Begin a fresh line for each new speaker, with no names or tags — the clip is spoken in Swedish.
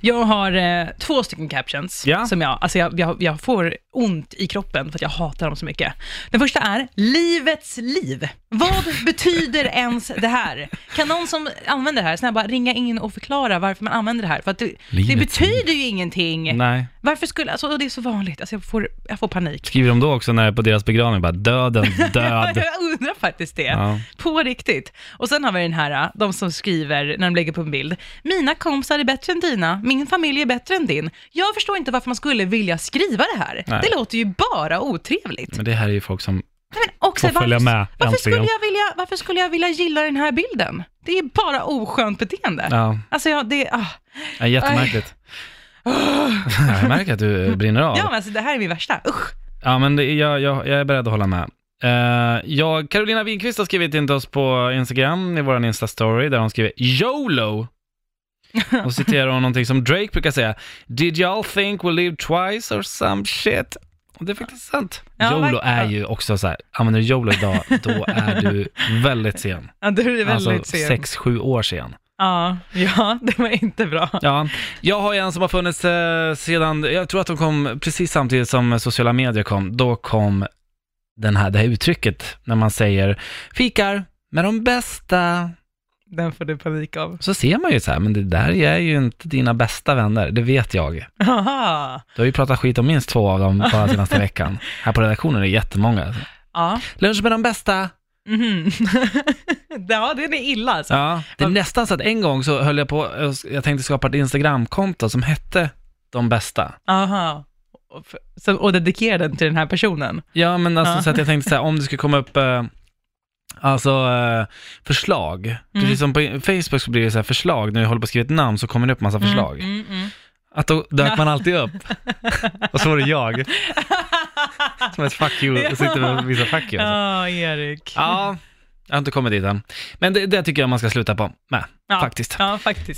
Jag har eh, två stycken captions
Ja.
som jag, alltså jag, jag, jag får ont i kroppen för att jag hatar dem så mycket. Den första är “Livets liv”. Vad betyder ens det här? Kan någon som använder det här snabba ringa in och förklara varför man använder det här? För att det, det
Livets
betyder ju ingenting.
Nej.
Varför skulle, alltså och det är så vanligt, alltså jag får, jag får panik.
Skriver de då också när på deras begravning bara döden, död.
Jag undrar faktiskt det.
Ja.
På riktigt. Och sen har vi den här, äh, de som skriver när de lägger på en bild. Mina kompisar är bättre än dina, min familj är bättre än din. Jag förstår inte varför man skulle vilja skriva det här.
Nej.
Det låter ju bara otrevligt.
Men det här är ju folk som
Nej, men också,
får följa med
varför, skulle
äntligen.
jag vilja, varför skulle jag vilja gilla den här bilden? Det är bara oskönt beteende.
Ja,
Alltså, jag, det, ah.
det är jättemärkligt. Jag märker att du brinner av.
ja, men alltså, det här är min värsta. Usch.
Ja, men det, jag, jag, jag är beredd att hålla med. Eh, jag, Carolina Winqvist har skrivit in till oss på Instagram, i vår Insta-story, där hon skriver YOLO. Och citerar hon någonting som Drake brukar säga. Did y'all think we lived twice or some shit? Och det är faktiskt sant.
Ja,
YOLO
verkligen.
är ju också så här, använder du YOLO idag, då är du väldigt sen.
Ja, du är väldigt
Alltså
sen.
sex, sju år sen.
Ja, ja, det var inte bra.
Ja, jag har ju en som har funnits eh, sedan, jag tror att de kom precis samtidigt som sociala medier kom, då kom den här, det här uttrycket när man säger fikar med de bästa,
Den får du panik av.
så ser man ju så här, men det där är ju inte dina bästa vänner, det vet jag.
Aha.
Du har ju pratat skit om minst två av dem bara senaste veckan. Här på redaktionen är det jättemånga.
Ja.
Lunch med de bästa.
Mhm. ja, den är illa alltså.
Ja, det är nästan så att en gång så höll jag på, jag tänkte skapa ett Instagramkonto som hette de bästa.
Aha. Och, för, så, och dedikera den till den här personen.
Ja, men alltså
Ja.
så att jag tänkte så här, om det skulle komma upp eh, alltså eh, förslag. Precis
Mm.
som på Facebook så blir det så här förslag, när jag håller på att skriva ett namn så kommer det upp massa förslag.
Mm, mm.
Att då dök man alltid upp. Och så var det jag. Som ett fuck you, jag sitter med vissa fuck you. Alltså.
Ja, Erik.
Ja, jag har inte kommit dit än. Men det, det tycker jag man ska sluta på med,
Ja.
faktiskt.
Ja, faktiskt.